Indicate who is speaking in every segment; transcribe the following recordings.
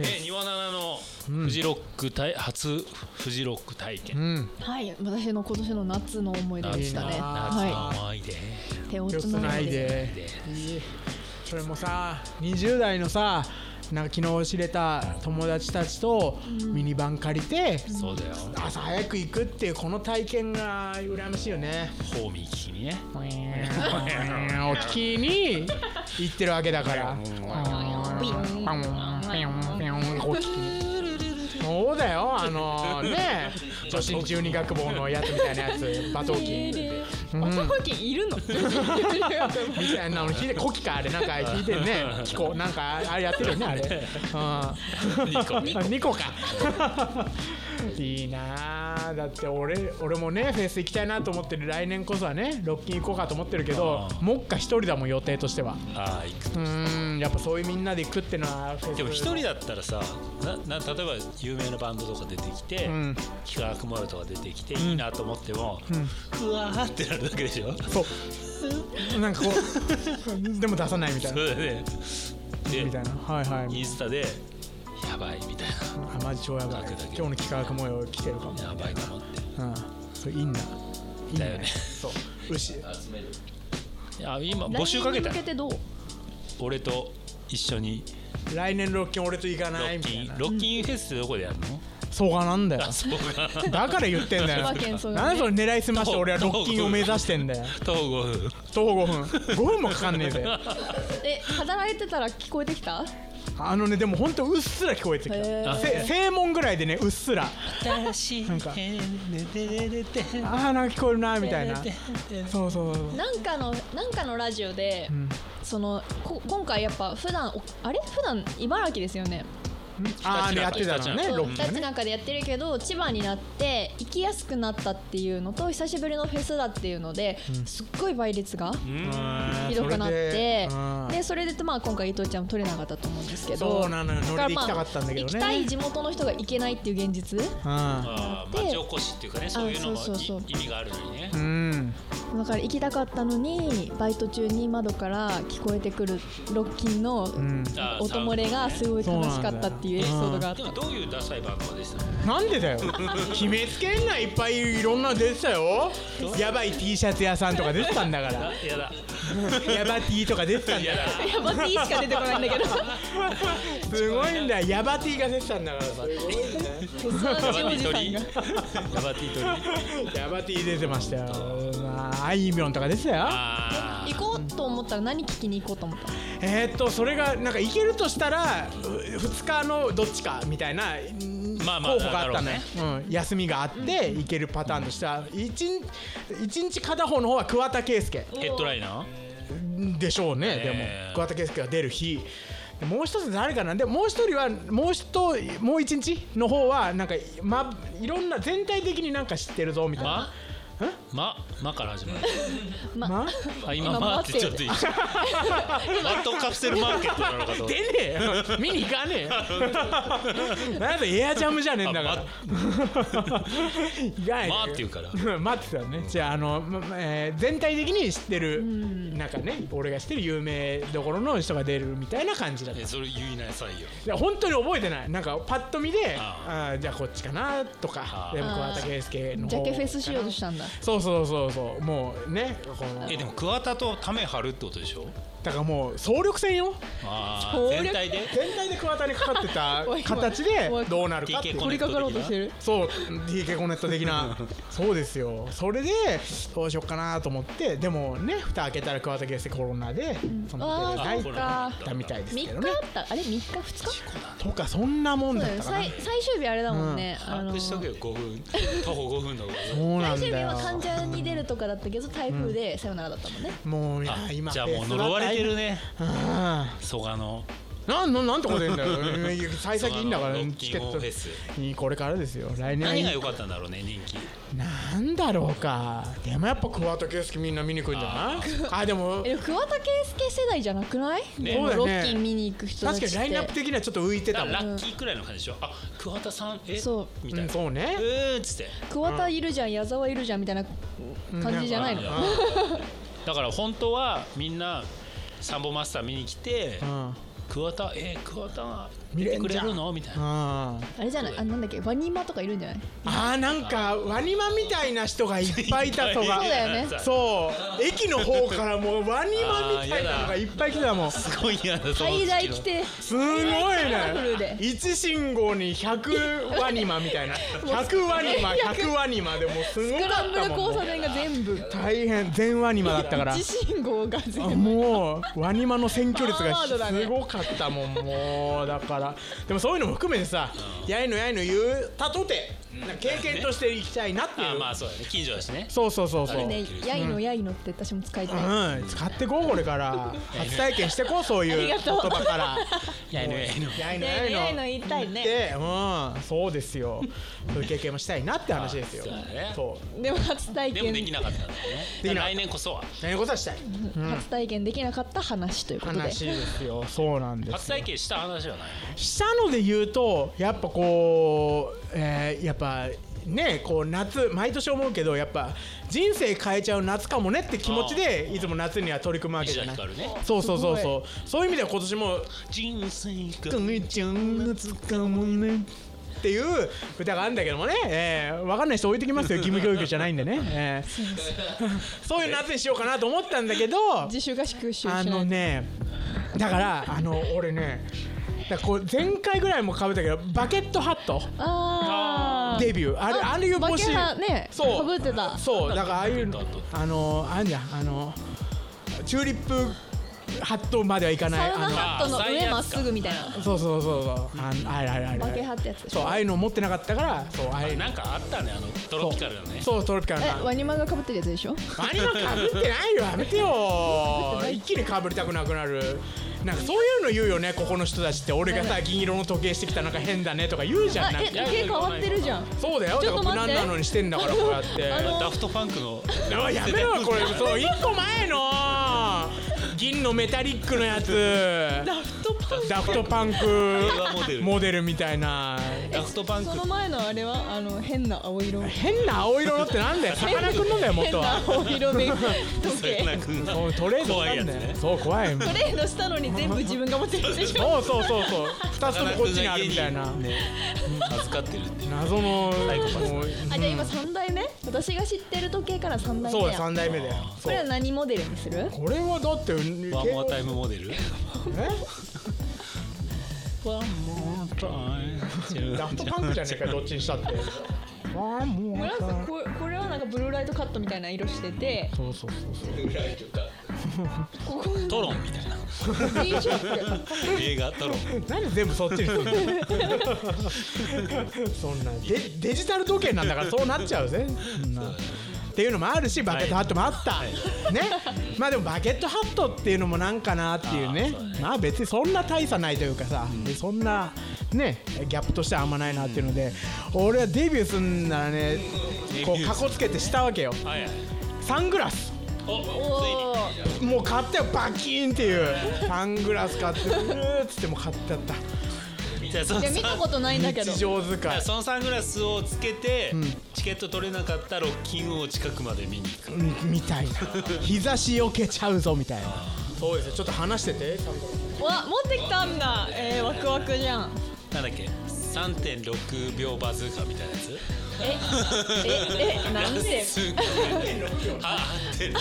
Speaker 1: えー、庭七のフジロック体、初フジロック体験、
Speaker 2: うん
Speaker 3: はい、私の今年の夏の思い出でしたね。
Speaker 2: いいな
Speaker 1: 夏の
Speaker 3: は
Speaker 1: 思い出、
Speaker 3: い、手を
Speaker 2: よ
Speaker 3: つ
Speaker 2: くな
Speaker 3: ないいで。
Speaker 2: で
Speaker 1: で
Speaker 2: いいそれもさ20代のさなんか昨日知れた友達たちとミニバン借りて
Speaker 1: そうだよ
Speaker 2: 朝早く行くっていうこの体験が羨ましいよね
Speaker 1: ホーミー聞きにね
Speaker 2: お月に行ってるわけだからお月にそう だよあのね女子中二学坊のやつみたいなやつ馬頭琴
Speaker 3: バトルキンい るの？
Speaker 2: みたいなの弾いてコキかあれなんか弾いてるねキコなんかあれやってるよねあれうんニコか いいなあだって俺俺もねフェス行きたいなと思ってる来年こそはねロッキン行こうかと思ってるけど
Speaker 1: あー
Speaker 2: もっか一人だもん予定としては
Speaker 1: ああ行く
Speaker 2: うーんやっぱそういうみんなで行くってのはフェス
Speaker 1: でも一人だったらさなな例えば有名なバンドとか出てきて、
Speaker 2: うん
Speaker 1: 企画もあるとか出てきて、いいなと思っても、うわーってなるだけでしょ
Speaker 2: そうなんかこうでも出さないみたい
Speaker 1: そ
Speaker 2: な
Speaker 1: れでで
Speaker 2: みたいなはいはい
Speaker 1: インスタでやばいみたい
Speaker 2: あマジ超やばい
Speaker 1: 書くだけ
Speaker 2: 今日の企画模様来てるかも
Speaker 1: なやばいと思って
Speaker 2: うんそれいいんだいいん
Speaker 1: だよね
Speaker 2: そう牛
Speaker 1: あ今募集かけた
Speaker 3: 来年に向けてどう？
Speaker 1: 俺と一緒に
Speaker 2: 来年ロッキン俺と行か
Speaker 1: ロ
Speaker 2: な
Speaker 1: ッ
Speaker 2: いみた
Speaker 1: キ
Speaker 2: い
Speaker 1: ン
Speaker 2: な
Speaker 1: ロッキンフェスってどこでやるの
Speaker 2: そうかなんだよ
Speaker 1: あそう か
Speaker 2: だから言ってんだよ
Speaker 3: 千葉県そうだね
Speaker 2: なんでそれ狙いすまして俺はロッキンを目指してんだよ
Speaker 1: 東郷分
Speaker 2: 徒歩5分5分もかかんねえぜ
Speaker 3: え、働いてたら聞こえてきた？
Speaker 2: あのねでもほんとうっすら聞こえてきた
Speaker 3: へー
Speaker 2: せ正門ぐらいでねうっすら
Speaker 1: 新しい
Speaker 2: なんか
Speaker 1: でででで
Speaker 2: あーなんか聞こえるなみたいな
Speaker 1: でで
Speaker 2: そうそうそう
Speaker 3: なんかのなんかのラジオで、
Speaker 2: ん
Speaker 3: そのこ今回やっぱ普段おあれ普段茨城ですよね。
Speaker 2: ああねやってたのね
Speaker 3: そ
Speaker 2: ロ
Speaker 3: う
Speaker 2: ッキン
Speaker 3: 二つ
Speaker 2: がね
Speaker 3: なんかでやってるけど千葉になって行きやすくなったっていうのと久しぶりのフェスだっていうので、すっごい倍率がひどくなって
Speaker 2: うん
Speaker 3: それでそれでまあ今回伊藤ちゃんも取れなかったと思うんですけど
Speaker 2: そうなのよ乗
Speaker 3: だ
Speaker 2: りで行き
Speaker 3: か
Speaker 2: た
Speaker 3: らま
Speaker 2: か
Speaker 3: あ
Speaker 2: ったんだけど
Speaker 3: 行
Speaker 2: ね
Speaker 3: きたい地元の人が行けないっていう現実
Speaker 2: う
Speaker 1: あー町おこしっていうかねそういうのもい
Speaker 3: あそうそうそう
Speaker 1: 意味があるのにね
Speaker 2: んうん
Speaker 3: だから行きたかったのにバイト中に窓から聞こえてくるロッキンの
Speaker 2: うん
Speaker 1: あー
Speaker 3: 音漏れがすごい悲しかったっていうエピソードがあっ
Speaker 1: で
Speaker 3: た
Speaker 1: もどういうダサいバンドでした
Speaker 2: なんでだよ決めつけんないっぱいいろんなの出てたよやばい T シャツ屋さんとか出てたんだから
Speaker 1: あやだ
Speaker 2: ヤバ T とか出てたんだ
Speaker 1: や
Speaker 2: よ
Speaker 1: だ
Speaker 3: やばいしか出てこないん だけど
Speaker 2: すごいんだよヤバ T が出てたんだからさ
Speaker 3: そのうちおじさんが
Speaker 1: ヤバティトリ
Speaker 2: ヤバ T 出てましたよまああいみょんとか出てたよ
Speaker 1: あ
Speaker 3: 行こうと思ったら何聞きに行こうと思った
Speaker 2: えー、っとそれがなんか行けるとしたら2日のどっちかみたいなうん
Speaker 1: まあまあ
Speaker 2: 候補があったのよ
Speaker 1: なる、
Speaker 2: うん、休みがあって行けるパターンとしては 1, 日片方の方は桑田佳祐
Speaker 1: ーヘッドライナー
Speaker 2: でしょうね、
Speaker 1: え
Speaker 2: で
Speaker 1: え
Speaker 2: も桑田佳祐が出る日でもう一つ誰かなんでもう一人はもう一もう一日の方はなんか、ま、いろんな全体的になんか知ってるぞみたいな。
Speaker 1: まままから始まる
Speaker 2: ま
Speaker 1: あ今
Speaker 3: 今
Speaker 1: まってちょっといいマットカプセルマーケットなのかと
Speaker 2: 出ねえよ見に行かねえよ なんでエアジャムじゃねえんだから
Speaker 1: あ
Speaker 2: いらない
Speaker 1: まって言うから
Speaker 2: ら 待ってたねじゃああの、ままえー全体的に知ってるなんかね俺が知ってる有名どころの人が出るみたいな感じだった
Speaker 1: えそれ言いなさいよ
Speaker 2: いや本当に覚えてないなんかパッと見であ
Speaker 1: あ
Speaker 2: ーじゃあこっちかなとか
Speaker 1: あー
Speaker 2: でも桑田佳祐の方
Speaker 3: ジャケフェスしようとしたんだ
Speaker 2: そうそうそうそうもうねこの
Speaker 1: えでも桑田とタメ張るってことでしょ
Speaker 2: だからもう総力戦よ
Speaker 1: あ
Speaker 3: 総
Speaker 1: あ
Speaker 3: 力
Speaker 1: 全体で
Speaker 2: 全体で桑田にかかってた
Speaker 3: おいおい
Speaker 2: 形で
Speaker 3: おい
Speaker 2: どうなるかってい
Speaker 1: TK
Speaker 2: う
Speaker 1: コネット的な
Speaker 3: る
Speaker 2: そう TK コネット的なそうですよそれでどうしよっかなと思ってでもね蓋開けたら桑田佳祐コロナでその
Speaker 3: あ
Speaker 2: 出
Speaker 3: ー
Speaker 2: れない
Speaker 3: そ
Speaker 2: っ
Speaker 3: う
Speaker 2: て
Speaker 3: か
Speaker 2: たみたいです
Speaker 3: 3
Speaker 2: け
Speaker 3: 日
Speaker 2: ど
Speaker 3: あ
Speaker 2: ね
Speaker 3: ったあれ3日2日
Speaker 2: とかそんなもん
Speaker 3: そ
Speaker 2: だ
Speaker 3: うだ
Speaker 2: っ
Speaker 3: よ
Speaker 2: たかな
Speaker 3: 最最終日あれだもんね、あ
Speaker 1: 把
Speaker 3: の
Speaker 1: 握しとけよ5分徒歩5分の
Speaker 2: そうなん
Speaker 3: 最終日
Speaker 2: だよ
Speaker 3: は患者に出るとかだったけど台風でさよならだったもんね、
Speaker 2: もういや
Speaker 1: あ
Speaker 2: 今
Speaker 1: じゃあもう呪われてるね
Speaker 2: あ
Speaker 1: 蘇我の
Speaker 2: あなんなんなんてこと言うんだ よ幸先いいんだから
Speaker 1: 蘇我のロッ
Speaker 2: チ
Speaker 1: キ
Speaker 2: ケ
Speaker 1: ン
Speaker 2: ッ
Speaker 1: オン
Speaker 2: ト
Speaker 1: フェス
Speaker 2: いいこれからですよ来年
Speaker 1: 何が良かったんだろうね人気
Speaker 2: なんだろうかでもやっぱ桑田佳祐みんな見に来るんじゃないあでも
Speaker 3: え桑田佳祐世代じゃなくない、
Speaker 1: ね
Speaker 3: で
Speaker 2: そ
Speaker 3: も
Speaker 2: うだ
Speaker 3: ロ
Speaker 2: ね
Speaker 3: ッキン見に行く人たち
Speaker 2: 確か
Speaker 3: って
Speaker 2: にラインナップ的にはちょっと浮いてた
Speaker 1: だ
Speaker 2: も
Speaker 1: か
Speaker 2: ん
Speaker 1: らラッキーくらいの感じでしょあ桑田さんえ
Speaker 3: そ
Speaker 1: み
Speaker 2: う
Speaker 1: たい
Speaker 2: ん
Speaker 1: な
Speaker 2: そうね
Speaker 1: うーんっつって
Speaker 3: 桑田いるじゃん矢沢いるじゃんみたいな感じじゃないの、
Speaker 1: うんだから本当はみんなサンボマスター見に来て
Speaker 2: うん
Speaker 1: 桑田えー、桑田が
Speaker 2: 見
Speaker 1: て
Speaker 2: れん
Speaker 1: く
Speaker 2: じ
Speaker 1: れ
Speaker 2: ゃん
Speaker 1: るのみたいな
Speaker 2: あ
Speaker 3: あれじゃないあなんだっけワニマとかいるんじゃない
Speaker 2: あーなんかワニマみたいな人がいっぱいいたとか
Speaker 3: そうだよね
Speaker 2: そう駅の方からもうワニマみたいなのがいっぱい来てたもん
Speaker 1: すごい嫌だ
Speaker 3: 最大規定
Speaker 2: すごい
Speaker 3: カラフル
Speaker 2: ね
Speaker 3: で
Speaker 2: 1信号に100ワニマみたいな100ワニマ100ワニマでもうすご
Speaker 3: スク
Speaker 2: か
Speaker 3: ラ
Speaker 2: っ
Speaker 3: ンブル
Speaker 2: たも
Speaker 3: 交
Speaker 2: ん
Speaker 3: 差点が全部
Speaker 2: 大変全ワニマだったから
Speaker 3: 自信号が全部
Speaker 2: もうワニマの選挙率
Speaker 3: パワーワード
Speaker 2: が
Speaker 3: だね
Speaker 2: すごかったもんもうだからでもそういうのも含めてさやいのやいの言うたとてなんか経験としていきたいなって
Speaker 1: あ
Speaker 2: いう
Speaker 1: まあそうだね近所だしね
Speaker 2: そうそうそうそう
Speaker 3: ねやいのやいのって私も使いたい、
Speaker 2: うん、使ってこうこれから初体験してこうそういう
Speaker 3: あ
Speaker 2: 言
Speaker 3: りがとう
Speaker 2: 葉 から
Speaker 1: やいのやいの
Speaker 2: やいの
Speaker 3: やいのやいの言いたいね
Speaker 2: でうんそうですよそういう経験もしたいなって話ですよ
Speaker 1: そうだね
Speaker 2: そう
Speaker 3: でも初体
Speaker 1: でも
Speaker 3: 験
Speaker 1: できなかったんだよね
Speaker 2: できなかった
Speaker 1: 来年こそは
Speaker 2: 何事はしたい
Speaker 3: 初体験できなかった話ということで
Speaker 2: 話ですよそうなんですよ
Speaker 1: 初体験した話はない
Speaker 2: したので言うとやっぱこう、えーやっぱねこう夏毎年思うけどやっぱ人生変えちゃう夏かもねって気持ちでいつも夏には取り組むわけ
Speaker 1: 石
Speaker 2: じゃ
Speaker 1: 田
Speaker 2: な
Speaker 1: ひ
Speaker 2: い
Speaker 1: かるね
Speaker 2: そうそうそうそうそういう意味では今年も
Speaker 1: 人生
Speaker 2: く
Speaker 1: が
Speaker 2: みちゃん夏かもねっていう歌があるんだけどもね、えー、わかんない人置いてきますよ義務教育じゃないんでね、えー、 そういう夏にしようかなと思ったんだけど
Speaker 3: 自主合宿集しな
Speaker 2: あ
Speaker 3: いと
Speaker 2: のねだからあの俺ねだからこう前回ぐらいもかぶったけどバケットハット
Speaker 3: あー
Speaker 2: デビューあれあれいう帽子
Speaker 3: バケハね
Speaker 2: そう
Speaker 3: かぶってた
Speaker 2: そうだからああいう
Speaker 1: バケットハッ
Speaker 2: あのあんじゃんあのチューリップハットまではいかな
Speaker 3: サ
Speaker 2: い
Speaker 3: ウナ
Speaker 2: あ
Speaker 3: ハットの上まっすぐみたい
Speaker 2: の
Speaker 3: な
Speaker 2: そうそうそうそうあのあれあれあれあ
Speaker 3: バケ
Speaker 2: れ
Speaker 3: ハってやつでし
Speaker 2: そうあ
Speaker 3: ょ
Speaker 2: あいうの持ってなかったからそうああいう
Speaker 1: なんかあったねあのトロピカルのね
Speaker 2: そうトロピカル
Speaker 3: え
Speaker 2: な
Speaker 3: ワニマがかぶってるやつでしょ
Speaker 2: アニマかぶってないよやめて よ一気にかぶりたくなくなるなんかそういうの言うよねここの人たちって俺がさ銀色の時計してきたなんか変だねとか言うじゃ
Speaker 3: あ
Speaker 2: んなん
Speaker 3: え
Speaker 2: か
Speaker 1: や
Speaker 3: 毛変わってるじゃん
Speaker 2: そうだよ
Speaker 3: ち
Speaker 2: だ
Speaker 3: ょ
Speaker 2: か
Speaker 3: っと
Speaker 2: ら無
Speaker 3: 待って
Speaker 2: 難なのにしてんだからこうやって
Speaker 3: あの
Speaker 1: ダフトパンク の
Speaker 2: あやめろよこれ そう一個前の銀のメタリックのや つ
Speaker 3: ダフトパン
Speaker 2: ダフトパンク
Speaker 1: モデル
Speaker 2: モデルみたいな
Speaker 1: ダフトパンク
Speaker 3: その前のあれはあの変な青色
Speaker 2: 変な青色のってなんだよさかなクンのだよ
Speaker 3: 変
Speaker 2: 元
Speaker 3: な
Speaker 2: は
Speaker 3: 青色 で時計
Speaker 2: そうトレードしたんだよ
Speaker 1: 怖いやつね
Speaker 2: そう怖い
Speaker 3: トレードしたのに全部自分が持ってるでしょ
Speaker 2: そうそうそうそう2つともこっちにあるみたいな
Speaker 1: 預かってるっていう
Speaker 2: 謎の
Speaker 1: イコパス
Speaker 2: もううん
Speaker 3: あじゃあ今3代目私が知ってる時計から3代目
Speaker 2: そう
Speaker 3: や
Speaker 2: 3代目だよ
Speaker 3: こ
Speaker 2: そ
Speaker 3: れは
Speaker 2: う
Speaker 3: 何モデルにする
Speaker 2: これはだって
Speaker 1: ワンモアタイムモデルワンモアタイ
Speaker 2: え
Speaker 1: ム
Speaker 2: ダフトパンクじゃねえかどっちにしたってああもう
Speaker 3: 紫ここれはなんかブルーライトカットみたいな色して て
Speaker 2: そうそうそうそう
Speaker 3: ここ
Speaker 1: トロンみたいな
Speaker 3: D ショック
Speaker 1: 映画トロン
Speaker 2: なんで全部そっちに するのそんなデデジタル時計なんだからそうなっちゃうぜそんなっていうのもあるしバケットハットもあった、ねまあでもバケットハットっていうのもなんかなっていうね
Speaker 1: あー
Speaker 2: まあ別にそんな大差ないというかさ、でそんなねギャップとしてはあんまないなっていうので、俺はデビューすんならねこ
Speaker 1: デビューする
Speaker 2: うかこつけてしたわけよ
Speaker 1: はいはい
Speaker 2: サングラス
Speaker 1: おついに
Speaker 3: おー
Speaker 2: もう買ったよバキーンっていうサングラス買ってうーっつってもう買ってあった
Speaker 1: じゃあその
Speaker 3: いや見たことないんだけど
Speaker 2: 日常使い
Speaker 1: そのサングラスをつけて、
Speaker 2: ん
Speaker 1: チケット取れなかったロッキンを近くまで見に行く
Speaker 2: うんみたいな日差しよけちゃうぞみたいなそうですよちょっと話してて
Speaker 3: わ持ってきたんだえー、ワクワクじゃん
Speaker 1: なんだっけ3.6秒バズーカみたいなやつ
Speaker 3: えええ何で
Speaker 1: すごいあ合 ってる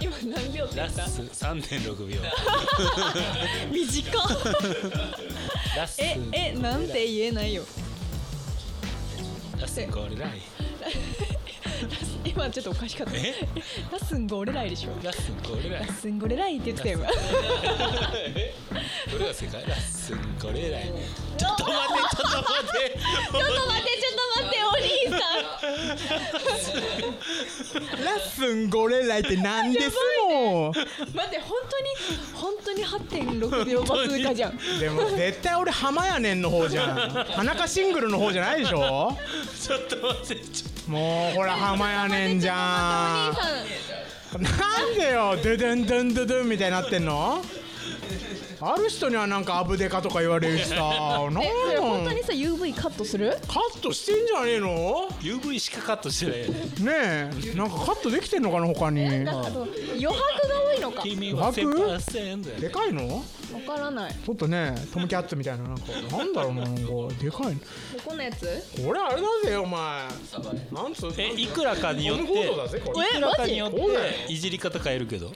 Speaker 3: 今何秒って言
Speaker 1: ラ
Speaker 3: っ
Speaker 1: ス
Speaker 3: た
Speaker 1: 3.6秒
Speaker 3: 短っ
Speaker 1: ラス
Speaker 3: ええなんて言えないよ
Speaker 1: ラスゴリライ
Speaker 3: 今ちょっとおかしかった
Speaker 1: え
Speaker 3: ラスンゴレライでしょ
Speaker 1: ラスゴリライ
Speaker 3: ラスンゴレライって言ってたよ今
Speaker 1: どれが正解ラスゴリライちょっと待ってちょっと待って
Speaker 3: ちょっと待ってちょっと待ってお兄さん
Speaker 2: ラッスンゴレライってなんですもん
Speaker 3: 待って本当に本当に8.6秒バズーカじゃん
Speaker 2: でも絶対俺浜やねんの方じゃん田中シングルの方じゃないでしょ
Speaker 1: ちょっと待ってちょっ
Speaker 2: もうほら浜やねんじゃ
Speaker 3: ちょっと待って
Speaker 2: んなんでよドゥドゥンドゥンドゥドゥンみたいになってんのある人にはなんかアブデカとか言われるしさなんなん
Speaker 3: えそれ本当にさ UV カットする
Speaker 2: カットしてんじゃねえの
Speaker 1: UV しかカットしてない
Speaker 2: ねえなんかカットできてんのかな他に
Speaker 3: なんかあと余白が多いのか
Speaker 1: 君は
Speaker 2: 余白
Speaker 1: 1000%
Speaker 2: でかいの
Speaker 3: わからない
Speaker 2: ちょっとねトムキャッツみたいななんかなんだろうななんかでかい
Speaker 3: ここのやつ
Speaker 2: これあれだぜお前なんつう
Speaker 1: えいくらかによって
Speaker 2: トムフォードだぜこれ
Speaker 1: いくらかによっ
Speaker 2: えマ
Speaker 1: ていじり方変えるけど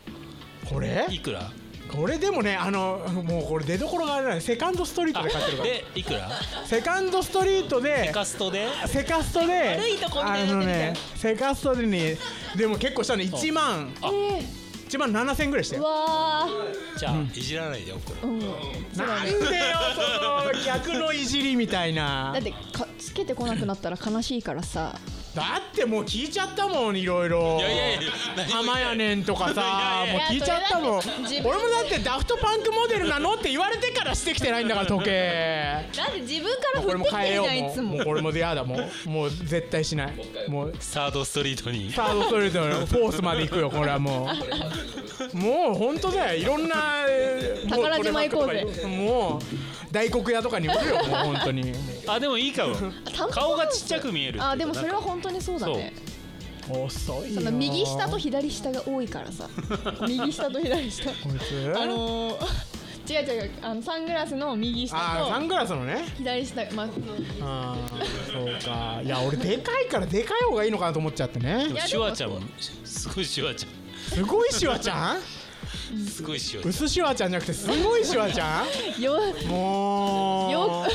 Speaker 2: これ
Speaker 1: いくら
Speaker 2: これでもねあのもうこれ出所があれないセカンドストリートで買ってるから
Speaker 1: でいくら
Speaker 2: セカンドストリートで
Speaker 1: イカストで
Speaker 2: セカストで
Speaker 3: 悪いとこみたいに
Speaker 2: あ
Speaker 3: な
Speaker 2: の
Speaker 3: ってるじゃん
Speaker 2: ねセカストでねでも結構したね1万
Speaker 1: あ
Speaker 3: え
Speaker 2: 1万7千ぐらいして
Speaker 3: ー、う
Speaker 2: よ
Speaker 3: わー
Speaker 1: じゃあいじらないでおこう
Speaker 3: うん
Speaker 2: なんでよその逆のいじりみたいな
Speaker 3: だってかつけてこなくなったら悲しいからさ
Speaker 2: だってもう聞いちゃったもんいろいろ
Speaker 1: いやいやいや
Speaker 2: 浜やねんとかさ
Speaker 1: いやいやい
Speaker 2: もう
Speaker 1: や
Speaker 2: 聞いちゃったもん
Speaker 3: いやそれだって自分で
Speaker 2: 俺もだってダフトパンクモデルなのって言われてからしてきてないんだから時 計
Speaker 3: だって自分から
Speaker 2: これ
Speaker 3: 振っ
Speaker 2: も
Speaker 3: てき
Speaker 2: 変
Speaker 3: て
Speaker 2: え
Speaker 3: る
Speaker 2: よ
Speaker 3: じゃんいう
Speaker 2: も
Speaker 3: つ
Speaker 2: う
Speaker 3: も
Speaker 2: もうこれも嫌だもうもう絶対しないもう
Speaker 1: サードストリートに
Speaker 2: サードストリートのフォースまで行くよこれはもうもう本当だよいろんなえーもう
Speaker 3: 宝島行こうぜ
Speaker 2: これもう大黒屋とかに売るよもう本当に
Speaker 1: あでもいいかも
Speaker 3: 単
Speaker 1: 顔がちっちゃく見える
Speaker 3: あでもそれは本当にそうだね
Speaker 2: 遅いよ
Speaker 3: その右下と左下が多いか らさ右下と左下
Speaker 2: こいつ
Speaker 3: あのー、違う違う違うあのサングラスの右
Speaker 2: あーサ
Speaker 3: 下
Speaker 2: ングラスのね
Speaker 3: と左下まあ
Speaker 2: あーそうかいや俺でかいからでかい方がいいのかなと思っちゃってね
Speaker 1: でもシュワちゃんもすごいシュワちゃん
Speaker 2: すごいシワちゃん
Speaker 1: すごいシュワちゃん
Speaker 2: 薄シワちゃんじゃなくてすごいシワちゃ
Speaker 3: よ
Speaker 2: んもう
Speaker 3: よ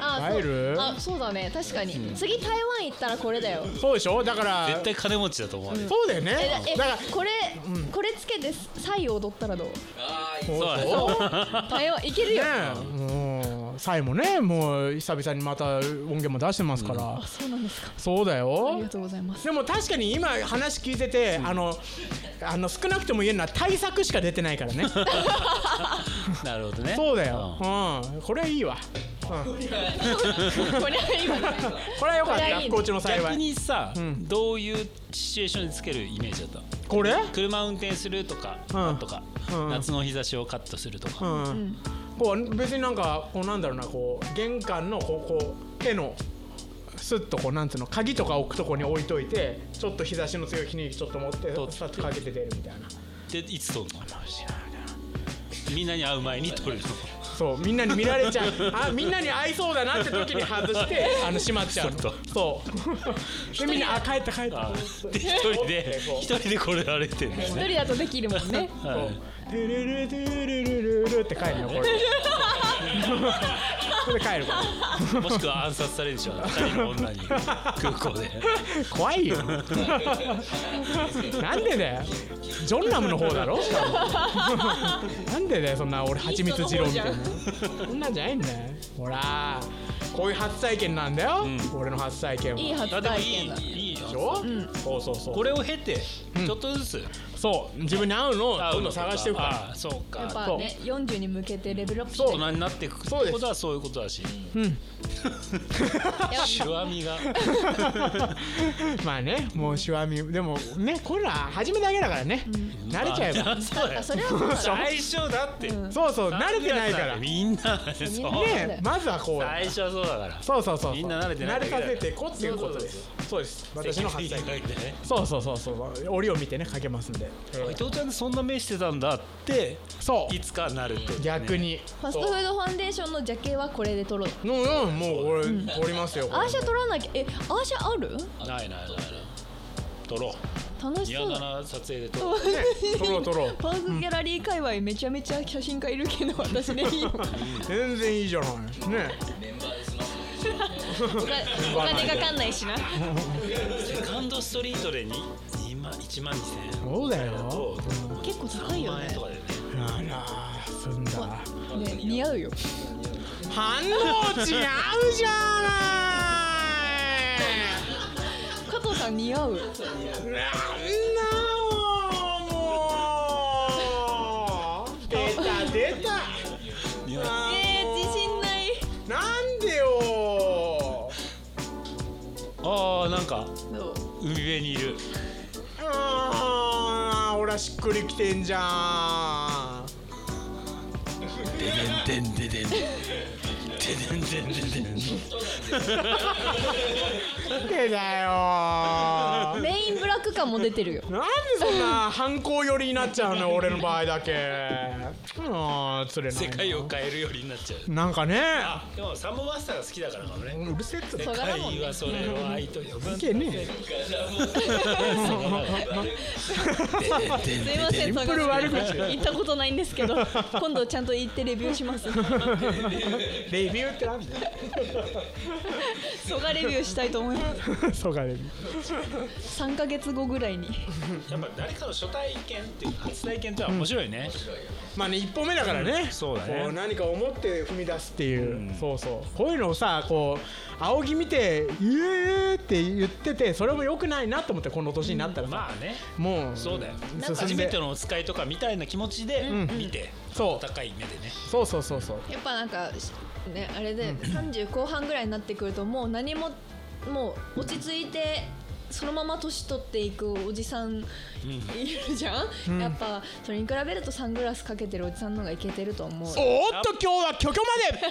Speaker 3: あ
Speaker 2: 入る
Speaker 3: そうあそうだね確かに、次台湾行ったらこれだよ
Speaker 2: そうでしょだから
Speaker 1: 絶対金持ちだと思われる
Speaker 2: そうだよね
Speaker 3: えだえ
Speaker 2: だから
Speaker 3: これ、これつけてサイ踊ったらどう
Speaker 1: そうだね
Speaker 3: 台湾いけるよ、
Speaker 2: ねもうサイもねもう久々にまた音源も出してますから、
Speaker 3: あそうなんですか
Speaker 2: そうだ
Speaker 3: あり
Speaker 2: よ
Speaker 3: がとうございます
Speaker 2: でも確かに今話聞いてて、あのあの少なくとも言えるのは対策しか出てないからね
Speaker 1: なるほどね
Speaker 2: そうだよ、うん、これはいいわ
Speaker 3: これはいいわ
Speaker 2: これはよかっ
Speaker 3: これは
Speaker 2: た
Speaker 3: いいね
Speaker 2: 不幸中の幸
Speaker 1: 逆
Speaker 2: い
Speaker 1: にさ
Speaker 2: ん
Speaker 1: どういうシチュエーションでつけるイメージだった
Speaker 2: これ
Speaker 1: 車運転するとか
Speaker 2: ん
Speaker 1: なんとか
Speaker 2: うん
Speaker 1: 夏の日差しをカットすると
Speaker 2: う
Speaker 1: か
Speaker 2: ん、こう別になんかこうなんだろうなこう玄関のこうこう手のスッとこうなんつうの鍵とか置くとこに置いといてちょっと日差しの強い日にちょっと持って
Speaker 1: と
Speaker 2: さっとかけて出るみたいな
Speaker 1: でいつ撮るのみんなに会う前に撮るの
Speaker 2: そうみんなに見られちゃうあみんなに合いそうだなって時に外して あの閉まっちゃうの
Speaker 1: そっ
Speaker 2: そう でみんなあ帰った帰った
Speaker 1: あで一人で一人でこれ歩いてるんです
Speaker 3: 一
Speaker 1: ね
Speaker 3: 人だとできるもん ね
Speaker 2: そ
Speaker 1: は
Speaker 2: う「ルルルルルルルル」って帰るよこ れこれ帰るから
Speaker 1: いもしくは暗殺されるでしょ二人の女 に空港で
Speaker 2: 怖い よなんでだよジョンラムの方だろしかもなんでだよそんな俺蜂蜜二郎みたいなそんなんじゃないんだよほらこういう初体験なんだよ、
Speaker 1: ん
Speaker 2: 俺の初体験はい
Speaker 3: い初
Speaker 1: あでも
Speaker 3: 体
Speaker 1: い
Speaker 3: 験だ
Speaker 1: いいいよ
Speaker 2: でしょ、そうそうそう
Speaker 1: これを経てちょっとずつ
Speaker 2: そう自分に合うのを
Speaker 1: 会
Speaker 2: ど
Speaker 1: うん
Speaker 2: ど
Speaker 1: の
Speaker 2: ん探していくから
Speaker 1: あそうか
Speaker 3: やっぱね40に向けてレベルアップして
Speaker 1: 大人になっていくって
Speaker 2: そうです
Speaker 1: ことはそういうことだし
Speaker 2: うん
Speaker 1: シュワミが
Speaker 2: まあねもうしわみでもねこれら初めだけだからね、慣れちゃえば、
Speaker 1: まあそうだよ
Speaker 3: あそれはそうだ
Speaker 1: 最初だって
Speaker 3: ん
Speaker 2: そうそう慣れてないからね
Speaker 1: みんなそう
Speaker 2: まずはこう
Speaker 1: 最初はそうだから
Speaker 2: そうそうそうそう
Speaker 1: みんな慣れてない
Speaker 2: 慣れさせていこうっていうことですそうです私の初体験
Speaker 1: ね
Speaker 2: そうそうそうそう折を見てねかけますんで、
Speaker 1: 伊藤ちゃんってそんな目してたんだって
Speaker 2: そ
Speaker 1: いつかなるってこと
Speaker 2: う
Speaker 1: ね
Speaker 2: 逆に
Speaker 3: ファストフードファンデーションのジャケはこれで撮ろう
Speaker 2: うんうんもう俺折りますよこ
Speaker 3: ア
Speaker 2: れ
Speaker 3: ーシャ撮らなきゃえアーシャある
Speaker 1: ないないないない撮ろう
Speaker 3: 楽し
Speaker 1: 嫌
Speaker 3: そう
Speaker 1: だ
Speaker 3: だ
Speaker 1: な撮影で撮ろう
Speaker 2: ね取ろう取ろ う
Speaker 3: パークギャラリー界隈めちゃめちゃ写真家いるけど私 でいいのかな
Speaker 2: 全然いいじゃないね
Speaker 3: お金お金かかんない しな
Speaker 1: セカンドストリートでに2万1万2000円
Speaker 2: そうだよ
Speaker 1: と
Speaker 3: 結構高いよ
Speaker 1: 万円
Speaker 3: ね
Speaker 1: とかでね
Speaker 2: あらすんだ
Speaker 3: ね似合うよ
Speaker 2: 反応違うじゃ
Speaker 3: 加藤さん似合う
Speaker 2: ないなんだもうもう出た出た
Speaker 3: えー、自信ない
Speaker 2: なんでよ
Speaker 1: ああなんか
Speaker 3: どう
Speaker 1: 海辺にいる
Speaker 2: あーほらしっくりきてんじゃん
Speaker 1: でんでんでんでんでんでんでんでんでん
Speaker 2: なんでだよ
Speaker 3: メインブラック感も出てるよ
Speaker 2: なんでそんな反抗寄りになっちゃうの俺の場合だけうん釣れない
Speaker 1: 世
Speaker 2: な
Speaker 1: 界を変えるようになっちゃう
Speaker 2: なんかね
Speaker 1: あでもサンボマスターが好きだからかもね
Speaker 2: うるせえっつう
Speaker 1: 世
Speaker 2: の
Speaker 3: そうだもんね
Speaker 1: 界はそれを愛と呼ぶ
Speaker 2: いけね
Speaker 3: すいません
Speaker 2: シンプル悪口
Speaker 3: 行ったことないんですけど今度ちゃんと行ってレビューします
Speaker 2: えレビューってなんだよ
Speaker 3: 蘇我レビューしたいと思いま
Speaker 2: そうかレビュー
Speaker 3: す3ヶ月後ぐらいに
Speaker 1: やっぱ誰かの初体験っていう初体験ってのは面白いね
Speaker 2: まあね一歩目だからね、
Speaker 1: そうだね
Speaker 2: こう何か思って踏み出すっていう、そうそうこういうのをさこう仰ぎ見て「イエーって言っててそれも良くないなと思ってこの年になったらさ、
Speaker 1: まあね
Speaker 2: もう
Speaker 1: そうだよ
Speaker 2: 進んで
Speaker 1: 初めてのお使いとかみたいな気持ちで見て
Speaker 2: そう
Speaker 1: 高い目でね
Speaker 2: そうそうそうそう
Speaker 3: やっぱなんかしねあれで30後半ぐらいになってくるともう何ももう落ち着いてそのまま年取っていくおじさんいるじゃん、
Speaker 2: ん
Speaker 3: やっぱそれに比べるとサングラスかけてるおじさんの方がいけてると思う
Speaker 2: おーっと今日は虚虚まで